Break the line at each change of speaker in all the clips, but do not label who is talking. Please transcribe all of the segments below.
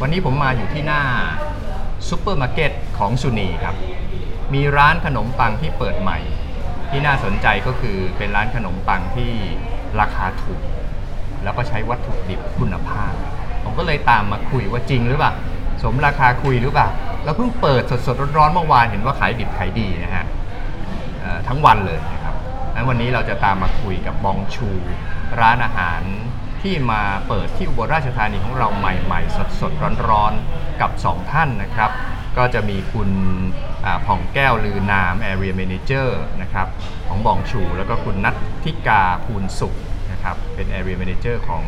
วันนี้ผมมาอยู่ที่หน้าซูเปอร์มาร์เก็ตของสุนีครับ มีร้านขนมปังที่เปิดใหม่ ที่น่าสนใจก็คือเป็นร้านขนมปังที่ราคาถูก แล้วก็ใช้วัตถุดิบคุณภาพ ผมก็เลยตามมาคุยว่าจริงหรือเปล่า สมราคาคุยหรือเปล่า แล้วเพิ่งเปิดสดๆร้อนๆเมื่อวานเห็นว่าขายดิบขายดีนะฮะ เอ่อทั้งวันเลยนะครับนั้นวันนี้เราจะตามมาคุยกับบองชู ร้านอาหารที่มาเปิดที่อุบลราชธานีของเราใหม่ๆ สดๆร้อนๆกับ 2 ท่านนะครับ ก็จะมีคุณอ่าผ่องแก้วลือนาม Area Manager นะครับของบองชู แล้วก็คุณนัทธิกาภูลสุขนะครับเป็น Area Manager ของ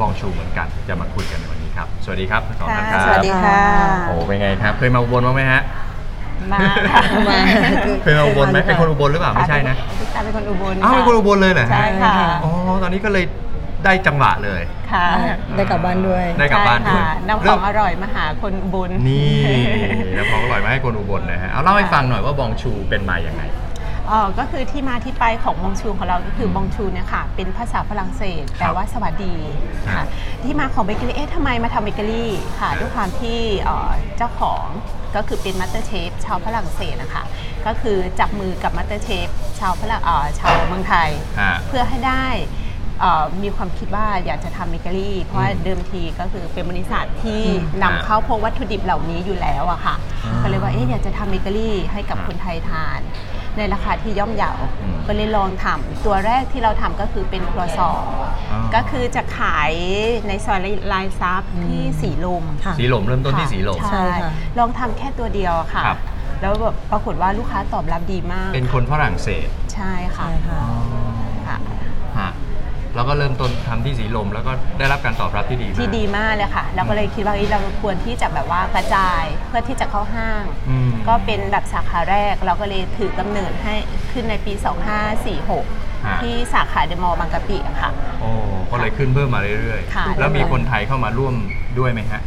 บองชูเหมือนกัน จะมาคุยกันในวันนี้ครับ สวัสดีครับทั้งสองท่านครับ
สวัสดีค่ะ
โอ้เป็นไงครับ เคยมาอุบลบ้างไหมฮะ
มา
มา
เคยมาอุบลไหมเป็นคนอุบลหรือเปล่าไม่ใช่นะ
พี่ตาเป็นคนอุบล
อ้าวเป็นคนอุบลเลยเหรอฮะ
ใช่ค่ะ
อ๋อ ตอนนี้ก็เลยได้จังหวะเลย
ค่ะ
ได้กลับบ้านด้วย
ได้กลับบ้านด้วย
ใช่ค่ะนำข
เริ่
อง
ม
อร่อยมาหาคนอุบล
นี่ แล้วของอร่อยมาให้คนอุบลนะฮะ เอาเล่าให้ฟังหน่อยว่าบองชูเป็นมาอย่างไง
เอ๋อก็คือที่มาที่ไปของบองชูของเราก็คือบองชูเนี่ยค่ะ เป็นภาษาฝรั่งเศส
ครั
แปล
บ
ว่าสวัสดี
ครั
ค่ะ
บ
ที่มาของเบเกอรี่เอ๊ะทำไมมาทำเบเกอรี่ค่ะ
ครับ
ด้วยความที่เอ่อเจ้าของก็คือเป็นมาสเตอร์เชฟชาวฝรั่งเศสนะคะก็คือจับมือกับมาสเตอร์เชฟชาวฝรั่งเอ่อชาวเมืองไทย
อ่า
เพื่อให้ได้เอ่อมีความคิดว่าอยากจะทำเบเกอรี่ เพราะว่า
อืม
เดิมทีก็คือเป็นบริษัทที่
อ่าน
ำเข้าพวกวัตถุดิบเหล่านี้อยู่แล้วอะค่ะ
อ่า
ก็เลยว่าเอ๊ะอยากจะทำเบเกอรี่ให้กับ
ครับ
คนไทยทาน ในราคาที่ย่อมเยา
อืม
ก็เลยลองทำตัวแรกที่เราทำก็คือเป็นครัวซอง
อ่า
ก็คือจะขายในซอยลายซับที่สีลม
ค่ะ
สีหลมเริ่มต้นที่
ค่ะ
สีหลม
ใช่
ใช่
ค่ะ
ลองทำแค่ตัวเดียวอะค่ะ
ครับ
แล้วแบบปรากฏว่าลูกค้าตอบรับดีมาก
เป็นคนฝรั่งเศส
ใช่ค่ะ
ใช่ค่ะ
ค่ะ
ฮะแล้วก็เริ่มต้นทำที่สีลมแล้วก็ได้รับการตอบรับที่ดีมาก
ที่ดีมากเลยค่ะ เราก็เลยคิดว่าเอ้ยเราควรที่จะแบบว่ากระจายเพื่อที่จะเข้าห้าง
อืม
ก็เป็นแบบสาขาแรก เราก็เลยถือกำเนิดให้ขึ้นในปี 2546 ที่สาขาเดมอลล์บางกะปิอะค่ะ
โอ้ก็เลยขึ้นเพิ่มมาเรื่อย
ค่ะ
ๆ แล้วมีคนไทยเข้ามาร่วมด้วยไหมฮะ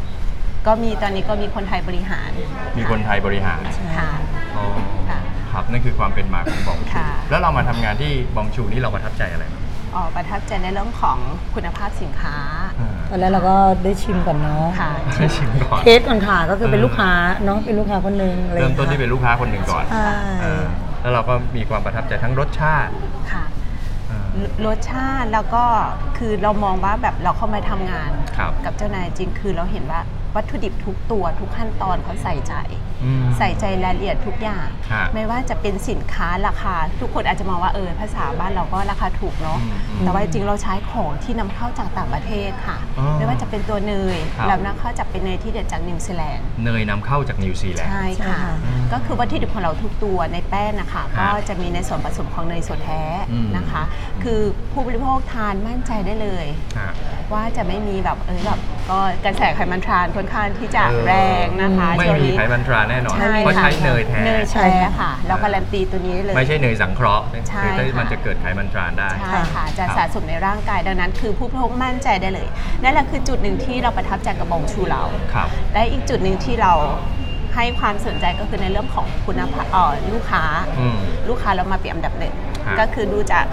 ก็มีตอนนี้ก็มีคนไทยบริหาร
มีคนไทยบริหาร
ค่ะ
อ๋อ
ค่ะ
ครับนั่นคือความเป็นมาของบองชู
ค่ะ
แล้วเรามาทำงานที่บองชูนี่เราประทับใจอะไรบ้าง
อ๋อประทับใจในเรื่องของคุณภาพสินค้า
อ่า
ตอนแรกเราก็ได้ชิมก่อนเนาะ
ค่ะ
ให้ชิมก่อน
เทสก่อนค่ะก็คือเป็นลูกค้าเนาะเป็นลูกค้าคนหนึงอะไรอย่า
เริ่
ง
ม
งี้ย
ต้นที่เป็นลูกค้าคนหนึ่งก่อน
ใช่
เออแล้วเราก็มีความประทับใจทั้งรสชาติ
ค่ะ
เออ
รสชาติแล้วก็คือเรามองว่าแบบเราเข้ามาทำงาน
ครับ
กับเจ้านายจริงคือเราเห็นว่าวัตถุดิบทุกตัวทุกขั้นตอนเขาใส่ใจ
อืม
ใส่ใจรายละเอียดทุกอย่าง
ฮะ
ไม่ว่าจะเป็นสินค้าราคา ทุกคนอาจจะมองว่าเออภาษาบ้านเราก็ราคาถูกเนาะ
อืมอืม
แต่ว่าจริงเราใช้ของที่นำเข้าจากต่างประเทศค่ะ
อ๋อ
ไม่ว่าจะเป็นตัวเนย
ครับ
เรานำเข้าจากเป็นเนยที่เด็ดจากนิวซีแลนด์
เนยนำเข้าจากนิวซีแลนด์
ใช่ค่ะ ก็คือวัตถุดิบของเราทุกตัวในแป้งนะคะ
ครั
ก็
บ
จะมีในส่วนผสมของเนยสดแท้
อืม
นะคะ คือผู้บริโภคทานมั่นใจได้เลย
ฮะ
ว่าจะไม่มีแบบเออแบบก็กระแสไขมันทรานค่อนข้างที่จะ
เออ
แรงนะคะ
ไม่
ช่วง
มี
นี้
ไขมันทราแน่นอน
ใช่
เพราะ
ค่ะ
ใช้เนยแท้
เนยแท้ค่ะ เราการันตีตัวนี้เลย
ไม่ใช่เนยสังเคราะห์
ใช่
คือถ้า
ค่ะ
มันจะเกิดไขมันทรานได้
ใช่ค่ะจะ
ครับ
สะสมในร่างกายดังนั้น คือผู้บริโภคมั่นใจได้เลยนั่นแหละคือจุดหนึ่งที่เราประทับใจกับบองชูเรา
ครับ
และอีกจุดหนึ่งที่เราให้ความสนใจก็คือในเรื่องของคุณภาพเอ่อลูกค้า
อืม
ลูกค้าเรามาเป็นอันดับหนึ่ง
ฮะ
ก็คือดูจาก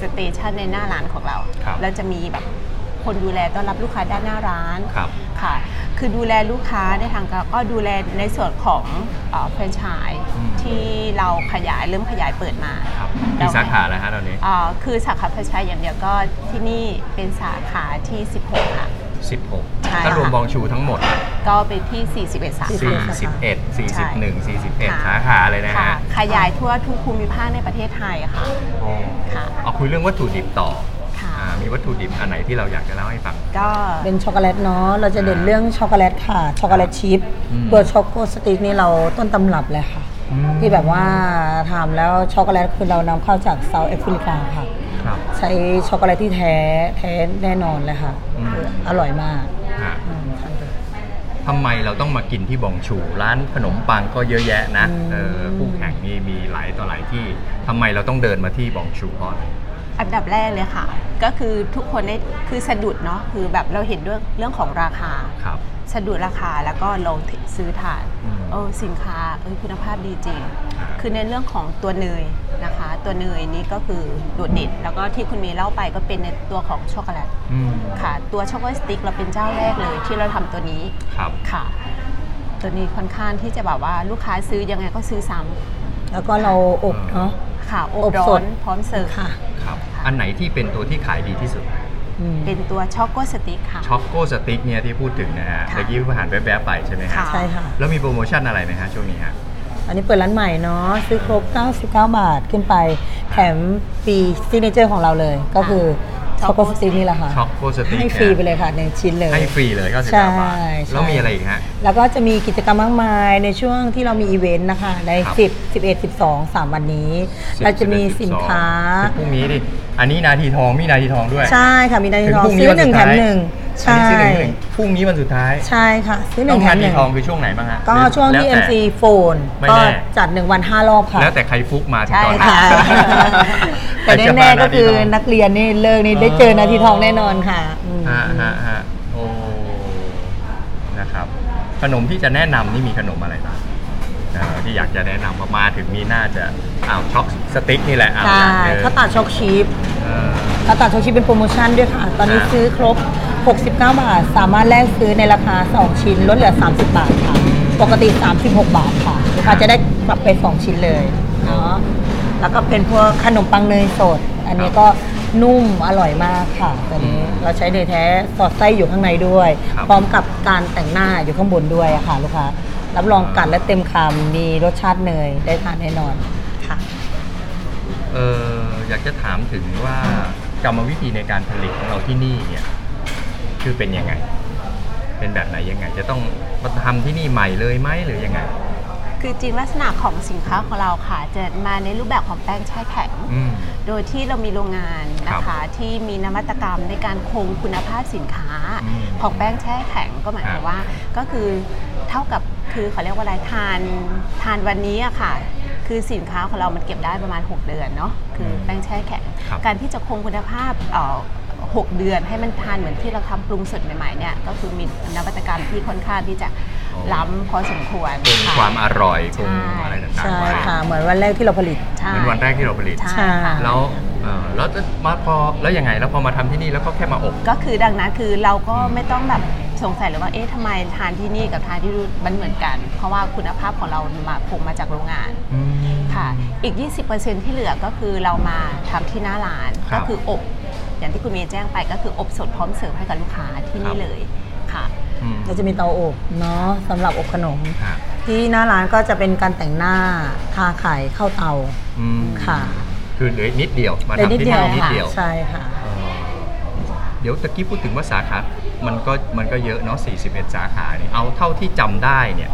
สเตชันในหน้าร้านของเรา
ครับ
เราจะมีแบบคนดูแลต้อนรับลูกค้าด้านหน้าร้าน
ครับ
ค่ะ คือดูแลลูกค้าในทางการก็ดูแลในส่วนของแฟรนไชส์
อืม
ที่เราขยายเริ่มขยายเปิดมา
ครับ
เรา
กี่สาขาแล้วฮะตอนนี้
เอ่อคือสาขาแฟรนไชส์อย่างเดียวก็ที่นี่เป็นสาขาที่ 16 ค่ะ ใช่
16 ถ้ารวม
ค่ะ
บองชูทั้งหมด
ก็เป็นที่ 41 สาขา
41
ใช่
41 41
ค่ะ
สาขาเลยนะ
ค่ะ
ฮะ
ขยายทั่วทุกภูมิภาคในประเทศไทยค่ะ
โอ้
ค่ะ
เอาคุยเรื่องวัตถุดิบต่อ
ค่ะ
อ่ามีวัตถุดิบอันไหนที่เราอยากจะเล่าให้ฟัง
ก็
เป็นช็อกโกแลตเนาะเราจะเด่นเรื่องช็อกโกแลตค่ะช็อกโกแลตชิพ
อืม
ตัวช็อกโกสติ๊กนี่เราต้นตำรับเลยค่ะ
อืม
ที่แบบว่าทำแล้วช็อกโกแลตคือเรานำเข้าจากเซาท์แอฟริกาค่ะ
ครับ
ใช้ช็อกโกแลตที่แท้แท้แน่นอนเลยค่ะ
อืม
คืออร่อยมาก
ฮะ
อืมทานเลย
ทำไมเราต้องมากินที่บองชู ร้านขนมปังก็เยอะแยะนะ
อืม
เออคู่แข่งนี่มีหลายต่อหลายที่ทำไมเราต้องเดินมาที่บองชูก่อน
อันดับแรกเลยค่ะ ก็คือทุกคนได้คือสะดุดเนาะคือแบบเราเห็นเรื่องเรื่องของราคา
ครับ
ส สะดวกราคาแล้วก็ลองซื้อทาน
อืม
เออสินค้าเอยคุณภาพดีจริง
ครับ
คือในเรื่องของตัวเนยนะคะ ตัวเนยนี่ก็คือโดดเด่นแล้วก็ที่คุณเมย์เล่าไปก็เป็นในตัวของช็อกโกแลต
อืม
ค่ะ ตัวช็อกโกแลตสติ๊กเราเป็นเจ้าแรกเลยที่เราทำตัวนี้
ครับ
ค่ะ ตัวนี้ค่อนข้างที่จะแบบว่าลูกค้าซื้อยังไงก็ซื้อซ้ำ
แล้วก็เราอบเนาะ
ค่ะอ
อ
บบ ร้
ส
อ
ด
นพร้อมเสิร์ฟ
ค่ะ
ครับ
ค่ะ
อันไหนที่เป็นตัวที่ขายดีที่สุด
อืม
เป็นตัวช็อกโกสติ๊กค่ะ
ช็อกโกสติ๊กเนี่ยที่พูดถึงนะฮะ
ค่ะ
เมื่อกี้ผ่านแวบๆไปใช่ไหมฮะ
ค่ะ
ใช่ค่ะ
แล้วมีโปรโมชั่นอะไรไหมฮะช่วงนี้ฮะ
อันนี้เปิดร้านใหม่เนาะซื้อครบ 99 บาทขึ้นไป แถมฟรีซิกเนเจอร์ของเราเลย ก็คือช็อกโกสติกนี่แหละค่ะ
ช็อกโกสติ๊ก
ให้ฟรีไปเลยค่ะในชิ้นเลย
ให้ฟรีเลยก็สิบ
ใช่
เก้าบาท
ใช่
แล้วมีอะไรอีกฮะ
แล้วก็จะมีกิจกรรมมากมายในช่วงที่เรามีอีเวนต์นะคะ ใน
ครับ
10 11 12 3 วันนี้ เราจะมีสินค้า
ถึงพรุ่งนี้ดิ อันนี้นาทีทองมีนาทีทองด้วย
ใช่ค่ะ มีนาที
ถึง
ทอง
พรุ่งนี้
ซื้อ
วัน
หนึ่
สุ
ง
ด
แถ
ท้าย
มหนึ่ง
อัน
ใช่
นี้ซื้อหนึ่งแถมหนึ่งพรุ่งนี้วันสุดท้าย
ใช่ค่ะ ซื้อห
ต้
นึ่
อง ง
แถ
นาม
ห
ที
นึ่ง
ทองคือช่วงไหนบ้างฮะ
ก็
หรือ
ช่วง
แล้
ที่
แต่
MC โฟน
ไม่
ก็
แน่
จัด 1 วัน 5 รอบค่ะ
แล้วแต่ใครฟุกมาถึง
ใช่
ตอนนั้น
ค่ะ
ค่ะ แต่
ใรจะมา
แน่ๆก็คือ
นา
นั
ทีทง
กเรียนนี่เลิกนี่ได้เจอนาทีทองแน่นอนค่ะอืม
ฮะฮะฮะโอ้ นะครับ ขนมที่จะแนะนำนี่มีขนมอะไรบ้างเอ่อที่อยากจะแนะนำว่ามาถึงมีน่าจะอ้าวช็อกสติ๊กนี่แหละอ้าว
ใช่
อย่างหนึ่ง
ข้าวตัดช็อกชีพ
เออ
ข้าวตัดช็อกชีพเป็นโปรโมชั่นด้วยค่ะ ตอนนี้
อ่า
ซื้อครบ 69 บาท สามารถแลกซื้อในราคา 2 ชิ้นลดเหลือ 30 บาทค่ะ ปกติ 36 บาทค่ะลูกค้าจะได้กลับไป 2 ชิ้นเลยเนาะแล้วก็เป็นพวกขนมปังเนยสด อันนี้ก็นุ่มอร่อยมากค่ะตอนนี้เราใช้เนยแท้สอดไส้อยู่ข้างในด้วย
ครับ
พร้อมกับการแต่งหน้าอยู่ข้างบนด้วยอะค่ะลูกค้ารับรองกัดและเต็มคำมีรสชาติเนยได้ทานแน่นอนค่ะ
เอออยากจะถามถึงว่ากรรมวิธีในการผลิตของเราที่นี่เนี่ย คือเป็นยังไง เป็นแบบไหนยังไง จะต้องมาทำที่นี่ใหม่เลยไหมหรือยังไง
คือจริงลักษณะของสินค้าของเราค่ะ จะมาในรูปแบบของแป้งแช่แข็ง
อืม
โดยที่เรามีโรงงาน
ค
นะ
รั
คะ
บ
ที่มีนวัตกรรมในการคงคุณภาพสินค้า
อืม
ของแป้งแช่แข็งก็หมาย
ครับ
ความว่าก็คือเท่ากับคือเขาเรียกว่าอะไรทานทานวันนี้อะค่ะ คือสินค้าของเรามันเก็บได้ประมาณ 6 เดือนเนาะคือแป้งแช่แข็ง
ครับ
การที่จะคงคุณภาพเอ่อหกเดือนให้มันทานเหมือนที่เราทำปรุงสดใหม่ๆเนี่ยก็คือมีนวัตกรรมที่ค่อนข้างที่จะล้ำพอสมควร
คง
ะ
ความอร่อยคง
ใช่
อะไรต่าง
ใช่
ๆไว้
ค่ะ เหมือนวันแรกที่เราผลิต
ใช่
เหมือนวันแรกที่เราผลิต
ใช่ค่ะ
แล้วเอ่อแล้วจะมาพอแล้วยังไงแล้วพอมาทำที่นี่แล้วก็แค่มาอบ
ก็คือดังนั้นคือเราก็
อืม
ไม่ต้องแบบสงสัยเลยว่าเอ๊ะทำไมทานที่นี่กับทานที่นู่นมันเหมือนกัน เพราะว่าคุณภาพของเรามาคงมาจากโรงงานค่ะ อีก 20%ที่เหลือก็คือเรามาทำที่หน้าร้าน
ครั
ก็
บ
คืออบอย่างที่คุณเมย์แจ้งไปก็คืออบสดพร้อมเสิร์ฟให้กับลูกค้าที่
ครั
นี่
บ
เลยค่ะ
อืม
เราจะมีเตาอบเนาะสำหรับอบขนม
ค่ะ
ที่หน้าร้านก็จะเป็นการแต่งหน้าทาไข่เข้าเตา
อืม
ค่ะ
คือเหลืออีกนิดเดียว มา
เลย
ทำที่นี่นิดเดียว
ใช่ค่ะ
เออเดี๋ยวตะกี้พูดถึงว่าสาขา มันก็มันก็เยอะเนาะ 41 สาขาเนี่ยเอาเท่าที่จำได้เนี่ย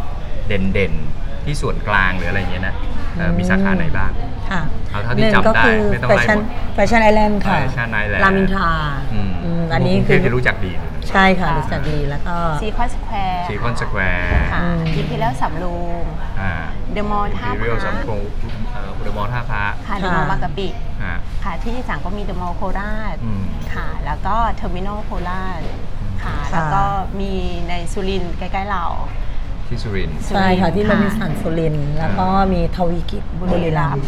เด่นเด่นๆที่ส่วนกลางหรืออะไรเงี้ยนะเอ่อมีสาขาไหนบ้าง
ค่ะ
เอาเท่าที่
หนึ่ง
จำได้
ก็คือ
ไม่ต้อง
แฟ
ไล่
ชั่น
หมด
แฟชั่นไอแลนด์ค่ะ
Fashion Island
รามอินทรา
อืม
อืมอันนี้คื
ก
อ
รุงเทพจะรู้จักดีเลยนะ
ใช่ค่ะรู้จักดีแล้วก็
ซีคอนสแควร์
ซีคอนสแควร์
ค่ะ
อืม
อิมพีเรียลสำโรง
อ่า
The Mall ท่าพระ
เรียลสำโรงเอ่อเดอะมอลท่าพระ
ค่ะเดอะมอลล์บางกะปิ
อ่า
ค่ะที่ยี่สังก็มีเดอะมอลล์โคราช
อืม
ค่ะ แล้วก็เทอร์มินอลโคราชค่ะ
ค่ะ
แล้วก็มีในสุรินทร์ใกล้ๆเรา
ที่สุรินทร์
สุรินทร์
ใช่ค่ะที่โรบินสันสุรินทร์แล้วก็มีทวีกิจบุรีรัมย์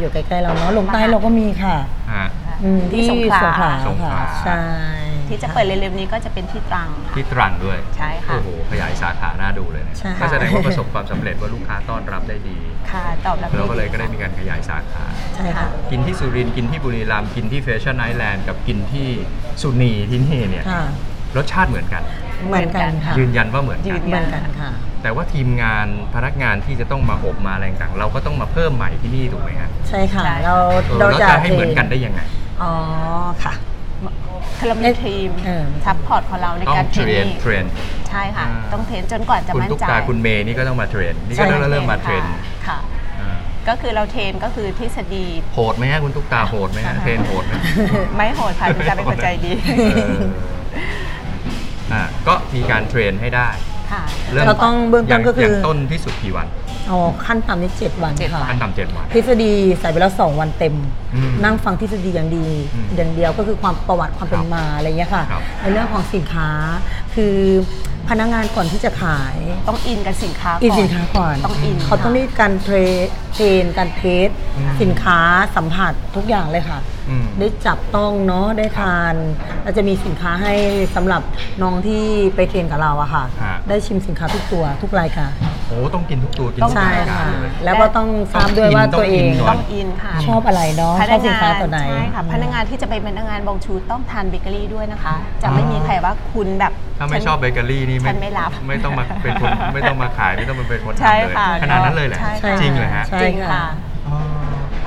อยู่ใกล้ๆเราเนาะลงใต้เราก็มีค่ะ
อ่า
ค่ะ
อืมที่
ที่
ส
ส
ง
ง
ข
ขลา
ลา
สงขลา
ค่ะใช่
ที่จะเปิดเร็วๆนี้ก็จะเป็นที่ตรังค่ะ
ที่ตรังด้วย
ใช่ค่ะ
โอ้โห ขยายสาขาหน้าดูเลยนะ
ใช่
ก็แสดงว่าประสบความสำเร็จว่าลูกค้าต้อนรับได้ดี
ค่ะ ตอบรับ
เราก็เลยก็ได้มี
ค่ะ
การขยายสาขา
ใช่ค่ะ
กินที่สุรินทร์กินที่บุรีรัมย์กินที่แฟชั่นไอแลนด์กับกินที่สุนีที่นี่เนี่ย
ค่ะ
รสชาติเหมือนกัน
เหมือนกันค่ะ
ยืนยันว่าเหมือน
ยื
กัน
น
เหมื
ยั
อน นกันค่ะ
แต่ว่าทีมงานพนักงานที่จะต้องมาอบมาอะไรต่างเราก็ต้องมาเพิ่มใหม่ที่นี่ถูกไหมฮะ
ใช่ค่ะ เรา
เออ
เรา
แล้ว
จะ
จะให้เหมือนกันได้ยังไง
อ๋อค่ะ
คือเรามีทีม
เออ
ซัพพอร์ตของเราใน
ต้อง
การ
เทรน
เทรนนิ่ง
เทรน
ใช่ค่ะ
อ่า
ต้องเทรนจนกว่าจะ
คุณ
มั่น
ตุ๊ก
ใจ
ตาคุณเมย์นี่ก็ต้องมาเทรนนี่
ใช่
ก็เริ่มเริ่มมาเทรน
ค่ะ
อ่า
ก็คือเราเทรนก็คือทฤษฎี
โหดไหมฮะคุณตุ๊กตาโหดไหมฮะเทรนโหดไหม
ไม่โหดค่ะคุณตาเป็นคนใจดี
เอออ่ะก็มีการเทรนให้ได้
ค่ะ
เริ่ม
เราต้องเบื้องต้นก็คืออ
ย่างต้นที่สุดกี่วัน
เอาขั้นต่ำนี่เจ็ดวัน
เจ็ด
ค่ะ
วั
ขั้นต่ำเจ็ดวัน
ทฤษฎีใส่ไปแล้วสองวันเต็ม
อืม
นั่งฟังทฤษฎีอย่างดี
อืม
อย่างเดียวก็คือความประวัติความเป็นมาอะไรเงี้ยค่ะ
ครับ
ในเรื่องของสินค้า คือ พนักงานก่อนที่จะขาย
ต้องอินกับสินค้าก่อน
อินสินค้าก่อน
ต้องอิน
เขาต้อง
ค่ะ
มีการเทรเทรนการเทส
อืม
สินค้าสัมผัสทุกอย่างเลยค่ะ
อืม
ได้จับต้องเนาะได้ทานเราจะมีสินค้าให้สำหรับน้องที่ไปเทรนกับเราอะค่ะ
ฮะ
ได้ชิมสินค้าทุกตัวทุกรายการ
โอ้ต้องกินทุกตัวกิน
ต้อ
ทุก
ง
ใช่
รายการ
ค่ะ
เลย
แล้วก็ต้องทราบด้วยว่าตัวเอง
ต้องกินก่
ต้องอินค่ะ
ชอบอะไรเนาะ
พ
ช
นั
อบ
ก
สิน
งา
ค้าน ตัวไหน
ใช่ค่ะพนักงานที่จะไปเป็นพนักงานบงชูต้องทานเบเกอรี่ด้วยนะคะ จะไม่มีใครว่าคุณแบบ
ถ้าไม่
ฉัน
ชอบเบเกอรี่นี่
ฉันไม่รับ
ไม่ต้องมาเป็นคน ไม่ต้องมาขายไม่ต้องมาเป็นคนทำ
ใช่
เลย
ค่ะ
ขนาดนั้นเลยแหละ
ใช่ค่ะ
จริงเลยฮะ
ใช่
จริงค่ะ
อ๋อ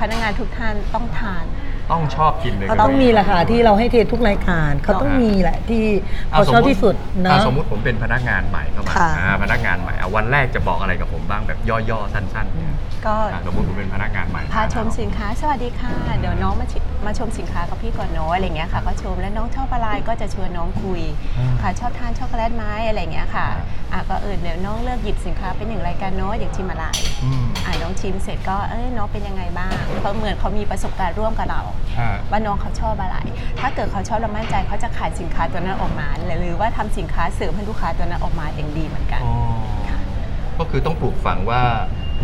พนักงานทุกท่านต้องทาน
ต้องชอบกินเบเกอรี่
เขาต้องมีแหละค่ะที่เราให้เทรนทุกรายการเขาต้องมีแหละที่เขา
ะ
ชอบที่สุดเนาะ
อ่สมมุติผมเป็นพนักงานใหม่เข้ามา
ค่ะ
อ่าพนักงานใหม่อ่ะวันแรกจะบอกอะไรกับผมบ้างแบบย่อๆสั้นๆเนี่ย
ก็
อ่ะสมมติผมเป็นพนักงานใหม่
พาชมสินค้า สวัสดีค่ะ เดี๋ยวน้องมาชิมาชมสินค้ากับพี่ก่อนเนาะอะไรเงี้ยค่ะ ก็ชมแล้วน้องชอบอะไรก็จะชวนน้องคุย
อ่า
ค่ะชอบทานช็อกโกแลตไหมอะไรเงี้ยค่ะอ่ะก็เออเดี๋ยวน้องเลือกหยิบสินค้าเป็นหนึ่งรายการเนาะอยากชิมอะไร
อืม
อ่าน้องชิมเสร็จก็เอ้ยน้องเป็นยังไงบ้างเพราะเหมือนเขามีประสบการณ์ร่วมกับเรา
อ่า
ว่าน้องเขาชอบอะไร ถ้าเกิดเขาชอบเรามั่นใจเขาจะขายสินค้าตัวนั้นออกมา หรือว่าทำสินค้าเสริมให้ลูกค้าตัวนั้นออกมาอย่างดีเหมือนกัน
อ๋อก็คือต้องปลูกฝังว่า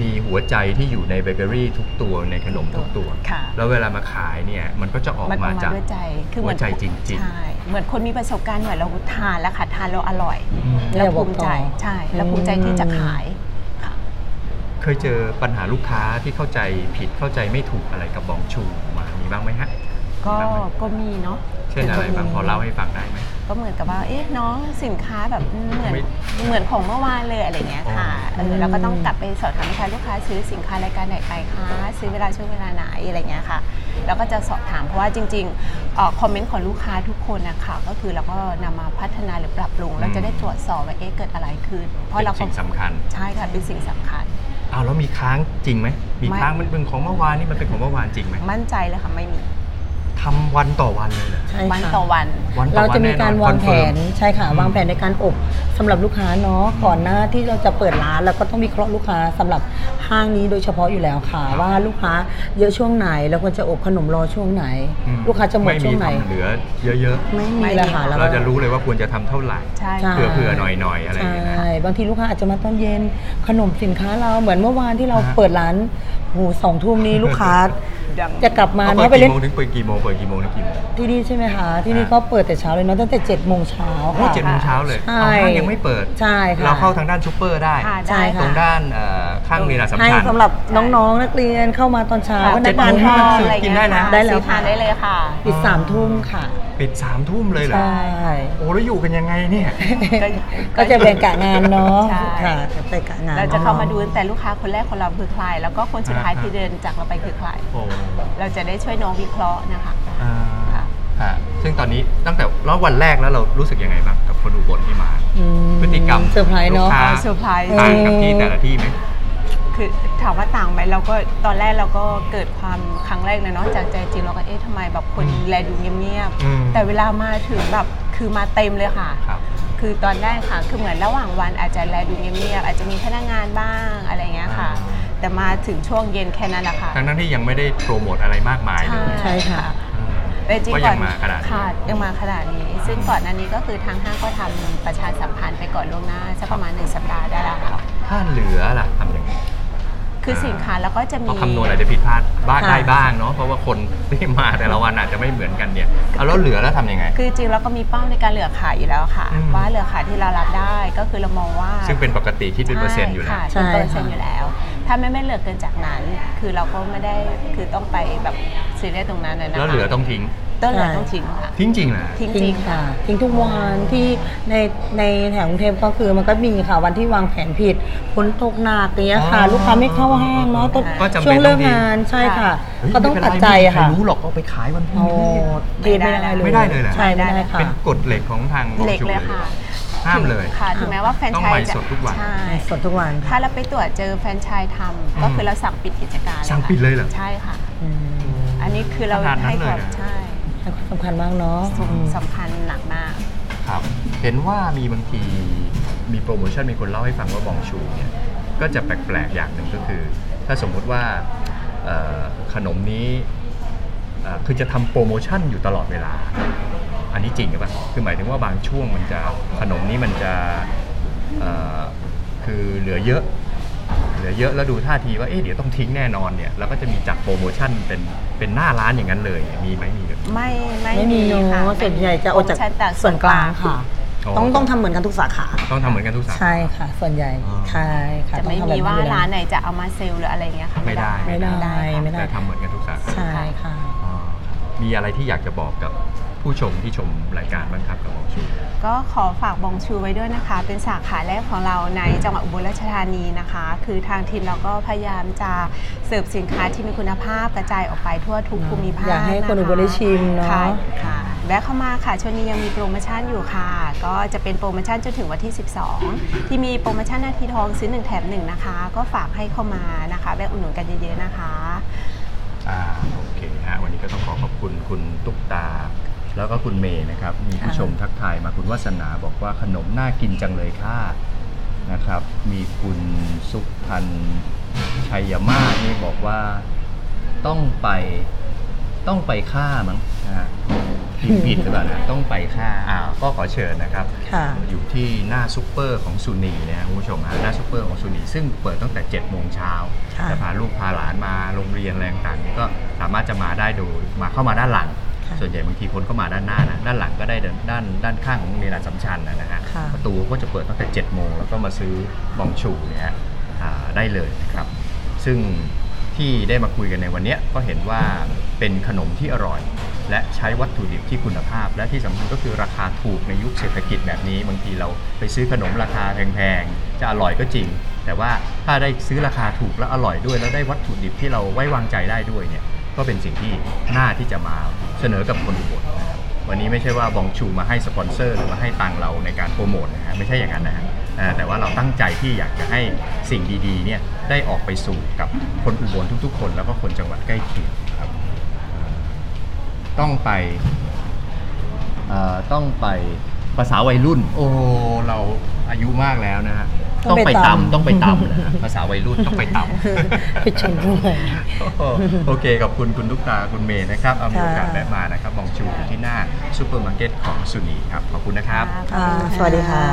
มีหัวใจที่อยู่ในเบเกอรี่ทุกตัวในขนมทุกตัว
ค่ะ
แล้วเวลามาขายเนี่ยมันก็จะออก
มันอ
มา
อกมา
จาก
ด้วยใจ คือเหมือน
หัวใจจริงๆ
ใช่ เหมือนคนมีประสบการณ์หน่อยเราทานแล้วค่ะทานเราอร่อย
อืม
แล้วภูมิใจ
แล้วบอกต่อ
ใช่ แล้วภูมิใจที่จะขายค่ะ
เคยเจอปัญหาลูกค้าที่เข้าใจผิดเข้าใจไม่ถูกอะไรกับบองชูมา มีบ้างไหมฮะ
ก็
บ้างไหม
ก็มีเนาะ
เช่นอะไรบ้าง
มี
พอเล่าให้ฟังได้ไหม
ก็เหมือนกับว่า เอ๊ะ น้องสินค้าแบบอืมเหมือน
ไม่
เหมือนของเมื่อวานเลยอะไรเงี้ยค่ะ
อ๋
เอ
อ
อเราก็ต้องกลับไปสอบถามลูกค้าลูกค้าซื้อสินค้ารายการไหนไปคะ ซื้อเวลาช่วงเวลาไหนอะไรเงี้ยค่ะ แล้วก็จะสอบถามเพราะว่าจริงๆคอมเมนต์ของลูกค้าทุกคนนะคะก็คือเราก็นำมาพัฒนาหรือปรับปรุง
อืม
เราจะได้ตรวจสอบว่าเอ๊ะเกิดอะไรขึ้น เพราะ
เป็น
เรา
สิ่งสำคัญ
ใช่ค่ะเป็นสิ่งสำคัญ
อ้าวแล้วมีค้างจริงไหมมี
ไม่
ค้างมันเป็นของเมื่อวานนี่มันเป็นของเมื่อวานจริงไหม
มั่นใจเลยค่ะไม่มี
ทำวันต่อวันเลยเหรอ
ใช่
วัน
ค่ะ
ต่อวัน
วันต่อ
เรา
วัน
จะมี
แน่นอน
การวางแผ
confirm
นใช่ค่ะ
อืม
วางแผนในการอบสำหรับลูกค้าเนาะก่อนหน้าที่เราจะเปิดร้านเราก็ต้องวิเคราะห์ลูกค้าสำหรับห้างนี้โดยเฉพาะอยู่แล้วค่ะ
ครับ
ว่าลูกค้าเยอะช่วงไหนเราควรจะอบขนมรอช่วงไหน
อื
ลูกค้าจะหมดช่วงไหน
ไม่มีทำเหลือเยอะ
ไม่มีราคา
ๆ เราจะรู้เลยว่าควรจะทำเท่าไหร่
ใช่
ใช่
ค่ะ
เผื่อๆหน่อยๆอะไรอย่างเงี้ยนะ
ใช่บางทีลูกค้าอาจจะมาตอนเย็นขนมสินค้าเราเหมือนเมื่อวานที่เรา
ฮะ
เปิดร้านโหสองทุ่มนี้ลูก ค้า จะกลับมา
เขา
เนาะ
เปิ
ไป
ด
เล่
กี่โม
น
งถึงเปิดกี่โมงเปิดกี่โมงถึงกี่โมง
ที่นี่ใช่ไหมคะที่นี่
อ่า
ก็เปิดแต่เช้าเลยเนาะตั้งแต่7จ็ดโมงเช้า
โอ้โห
ค่ะ
เจ็ดโมงเช้าเลย
ใช่
เอาห้างยังไม่เปิด
ใช่ค่ะ
เราเข้าทางด้านซูเปอร์ได้
ค่ะ
ใช่
ตร
ค่ะ
งด้านเอ่อข้างเวลาสำ
ให้
คัญ
สำหรับน้องๆนักเรียนเข้ามาตอนเช้า
ค่ะ
พนักงานห้าง
เจ็ดโมง กินได้นะ
ได้แล้ว
ซื้อทาน
ค่ะ
ได้เลยค่ะ
ปิดสามทุ่มค่ะ
ปิดสามทุ่มเลยเหรอ
ใช่
โอ้แล้วอยู่กันยังไงเนี่ย
ก็จะแบ่งกะงานเนาะ
ใช่
ค่ะแบ่งกะงาน
เราจะเข้ามาดูตั้งแต่ลูกค้าคนแรกของเราคือใคร แล้วก็คนสุดท้าย
อ่า
ที่เดินจากเราไปคือใคร
โอ้
เราจะได้ช่วยน้องวิเคราะห์นะคะ
อ่า
ค่ะ
ค่ะซึ่งตอนนี้ตั้งแต่แล้ววันแรกแล้วเรารู้สึกยังไงบ้างกับคนดูบนที่มา
อืม
พฤติกรรม
เซอร์ไพรส์เนาะ
ลูกค้า
เซอร์ไพรส์
ต่างกับที่แต่ละที่ไหม
คือถามว่าต่างไหมเราก็ตอนแรกเราก็เกิดความครั้งแรกเลยเนาะจากใจจริงเราก็เอ๊ะทำไมแบบคน
อืม
แลดูเงียบ
อืม
ๆแต่เวลามาถึงแบบคือมาเต็มเลยค่ะ
ครับ
คือตอนแรกค่ะ คือเหมือนระหว่างวันอาจจะแลดูเงียบๆอาจจะมีพนักงานบ้างอะไรเงี้ยค่ะ
อ่า
แต่มาถึงช่วงเย็นแค่นั้นแหละค่ะ
ทั้งนั้นที่ยังไม่ได้โปรโมทอะไรมากมายเลย
ใช่ค่ะ
อืม
แต่จริง
ก็
ก่
ยั
อน
งมาขนาดนี้
ค่ะยังมาขนาดนี้ ซึ่งก่อนหน้านี้ก็คือทางห้างก็ทำประชาสัมพันธ์ไปก่อนล่วงหน้าสักประมาณหนึ่งสัปดาห์ได้แล้วค่ะ
ถ้าเหลือล่ะทำยังไง
คือสินค้าแล้วก็จะ
เพ
มี
ราะคำนวณอาจจะผิดพลาดบ้าง
ค่ะ
ได้บ้างเนาะเพราะว่าคนที่มาแต่ละวันอาจจะไม่เหมือนกันเนี่ยเอาแล้วเหลือแล้วทำยังไง
คือจริงๆเราก็มีเป้าในการเหลือขายอยู่แล้วค่ะ
อืม
ว่าเหลือขายที่เรารับได้ก็คือเรามองว่า
ซึ่งเป็นปกติคิดเป็นเปอร์เซ็นต์อยู่แล้ว
ใช่
ใช่
ค่ะเป็นเปอร์เซ็นต์
ค่ะ
อยู่แล้ว ถ้าไม่ไม่เหลือเกินจากนั้น คือเราก็ไม่ได้คือต้องไปแบบซีเรียสตรงนั้นนะนะคะ
แล้วเหลือต้องทิ้ง
ต้นเหลือต้องทิ้งค่ะ
ทิ้งจริงเหรอ
ทิ้งจ
ทิ้
ริ
ง
ง
ค่ะ
ค่ะ
ทิ้งทุกวันที่ในในแถวกรุงเทพก็คือมันก็มีค่ะวันที่วางแผนผิดฝนตกหนักอย่างเงี้ยค่ะ
อ๋อ
ลูกค้าไม่เข้าห้างเนาะตอน
ก็จำเป็น
ช่วงเลิก
ต้องทิ้ง
งานใช่ค่ะ
เฮ้ย
ก็ต้อง
ไม่เป็
ตั
น
ด
ไร
ใจ
ไม่มีใคร
ค่ะ
รู้หรอกเอาไปขายวันพรุ่ง
โอ้
นี้
เทไม่ได้เลย
ไม่ได้เลยเหรอ
ใช่ไม่ได้ค่ะ
เป็นกฎเหล็กของทาง
เหล็ก
ชุม
เลย
ย
ค่ะ
ห้ามเลย
ค่ะถึงแม้ว่าแฟรน
ต้อง
ไช
ใหม่
ส์จะ
สดทุกวัน
ใช่
สดทุกวัน
ถ้าเราไปตรวจเจอแฟรนไชส์ทำก็คือเราสั่งปิดกิจการ
สั่งปิดเลยเหรอ
ใช่ค่ะ
อืม
อันนี้คือเรา
ขนาดนั้น
ให้
เลยว
คาม
นะ
ใช่
ให้ความสำคัญมากเนาะอืม
สำคัญหนักมาก
ครับ เห็นว่ามีบางทีมีโปรโมชั่นมีคนเล่าให้ฟังว่าบองชูเนี่ยก็จะแปลกๆอย่างหนึ่งก็คือ ถ้าสมมุติว่าเอ่อขนมนี้เอ่อคือจะทำโปรโมชั่นอยู่ตลอดเวลา อันนี้จริงหรือเปล่าคือหมายถึงว่าบางช่วงมันจะขนมนี้มันจะ คือเหลือเยอะ เหลือเยอะแล้วดูท่าทีว่าเอ๊ะเดี๋ยวต้องทิ้งแน่นอนเนี่ยเราก็จะมีจัดโปรโมชั่นเป็นเป็นหน้าร้านอย่างนั้นเลยมีไหมมีเลย
ไม่ไม่
ไม่มี
ค่ะ
เนาะส่วนใหญ่จะโอจาก
โปรโมชั่นจาก
ส่วนกลางค่ะ ต้องต้องทำเหมือนกันทุกสาขา
ต้องทำเหมือนกันทุกสาขา
ใช่ค่ะ ส่วนใหญ่
อ๋อ
ใช่ค่ะ
จะ
ต้อง
ไม่
ทำแบบ
มี
นี้
ว่า
อยู่แล้
ร้านไหนจะเอามาเซลล์หรืออะไรเงี้ยค่ะ
ไม่ได้
ไม่ได้
ค่ะ
ไม่ได้
แต่ทำเหมือนกันทุกสาขา
ใช่ค่ะ
อ๋อครับมีอะไรที่อยากจะบอกกับผู้ชมที่ชมรายการบ้างครับกับหมอชู
ก็ขอฝากบองชูไว้ด้วยนะคะ เป็นสาขาแรกของเราในจังหวัดอุบลราชธานีนะคะ คือทางทีมเราก็พยายามจะเสิร์ฟสินค้าที่มีคุณภาพกระจายออกไปทั่วทุกภูมิภาค
อยากให้
ะะ
คนอุบลได้ชิมเนอะ
ค่ะค่ะแวะเข้ามาค่ะช่วงนี้ยังมีโปรโมชั่นอยู่ค่ะ ก็จะเป็นโปรโมชั่นจนถึงวันที่ 12 ที่มีโปรโมชั่นนาทีทองซื้อหนึ่งแถมหนึ่งนะคะ ก็ฝากให้เข้ามานะคะแวะอุดหนุนกันเยอะๆนะคะ
อ่าโอเคฮะวันนี้ก็ต้องขอขอบคุณคุณตุ๊กตา แล้วก็คุณเมย์นะครับ มีผู้ชมทักทายมาคุณวัสนาบอกว่าขนมน่ากินจังเลยค่ะนะครับ มีคุณสุพันธ์ชัยมาศนี่บอกว่าต้องไปต้องไปฆ่ามั้งนะฮะผิดผิดหรือเปล่านะต้องไปฆ่าอ่าก็ขอเชิญนะครับ
ค่ะ
อยู่ที่หน้าซูเปอร์ของสุนีนะครับคุณผู้ชมฮะหน้าซูเปอร์ของสุนีซึ่งเปิดตั้งแต่7จ็ดโมงเช้า
ค่ะ
จะพาลูกพาหลานมาโรงเรียนแรงต่างๆก็สามารถจะมาได้โดยมาเข้ามาด้านหลัง ส่วนใหญ่บางทีคนเข้ามาด้านหน้านะด้านหลังก็ได้ด้านด้านด้านข้างของโรงเรียนอัสสัมชัญนะนะฮะ
ค่ะ
ประตูก็จะเปิดตั้งแต่7จ็ดโมงแล้วก็มาซื้อบองชูเนี่ยอ่าได้เลยนะครับ ซึ่งที่ได้มาคุยกันในวันเนี้ยก็เห็นว่าเป็นขนมที่อร่อย และใช้วัตถุดิบที่คุณภาพ และที่สำคัญก็คือราคาถูกในยุคเศรษฐกิจแบบนี้ บางทีเราไปซื้อขนมราคาแพงๆ จะอร่อยก็จริง แต่ว่าถ้าได้ซื้อราคาถูกและอร่อยด้วย แล้วได้วัตถุดิบที่เราไว้วางใจได้ด้วยเนี่ยก็เป็นสิ่งที่น่าที่จะมาเสนอกับคนอุบลนะครับวันนี้ไม่ใช่ว่าบองชูมาให้สปอนเซอร์หรือมาให้ตังเราในการโปรโมทนะฮะไม่ใช่อย่างนั้นนะฮะเอ่อแต่ว่าเราตั้งใจที่อยากจะให้สิ่งดีๆเนี่ยได้ออกไปสู่กับคนอุบลทุกๆ คน แล้วก็คนจังหวัดใกล้เคียงนะครับ ต้องไปเอ่อต้องไปภาษาวัยรุ่น โอ้เราอายุมากแล้วนะฮะ
ต้
ต้อ
องง
ไป
ไป
ตำ
ตำ
ต้องไปตำนะฮะภาษาวัยรุ่นต้องไปต
ไปชม
ำ
ด้วย
โอ้โหโอเคขอบคุณคุณลูกตาคุณเมย์นะครับเอามีโอกาส
ค่ะ
แวะมานะครับมองชูอยู่ที่หน้าซูเปอร์มาร์เก็ตของสุนีครับขอบคุณนะครับ
อ่าสวัสดีค่ะ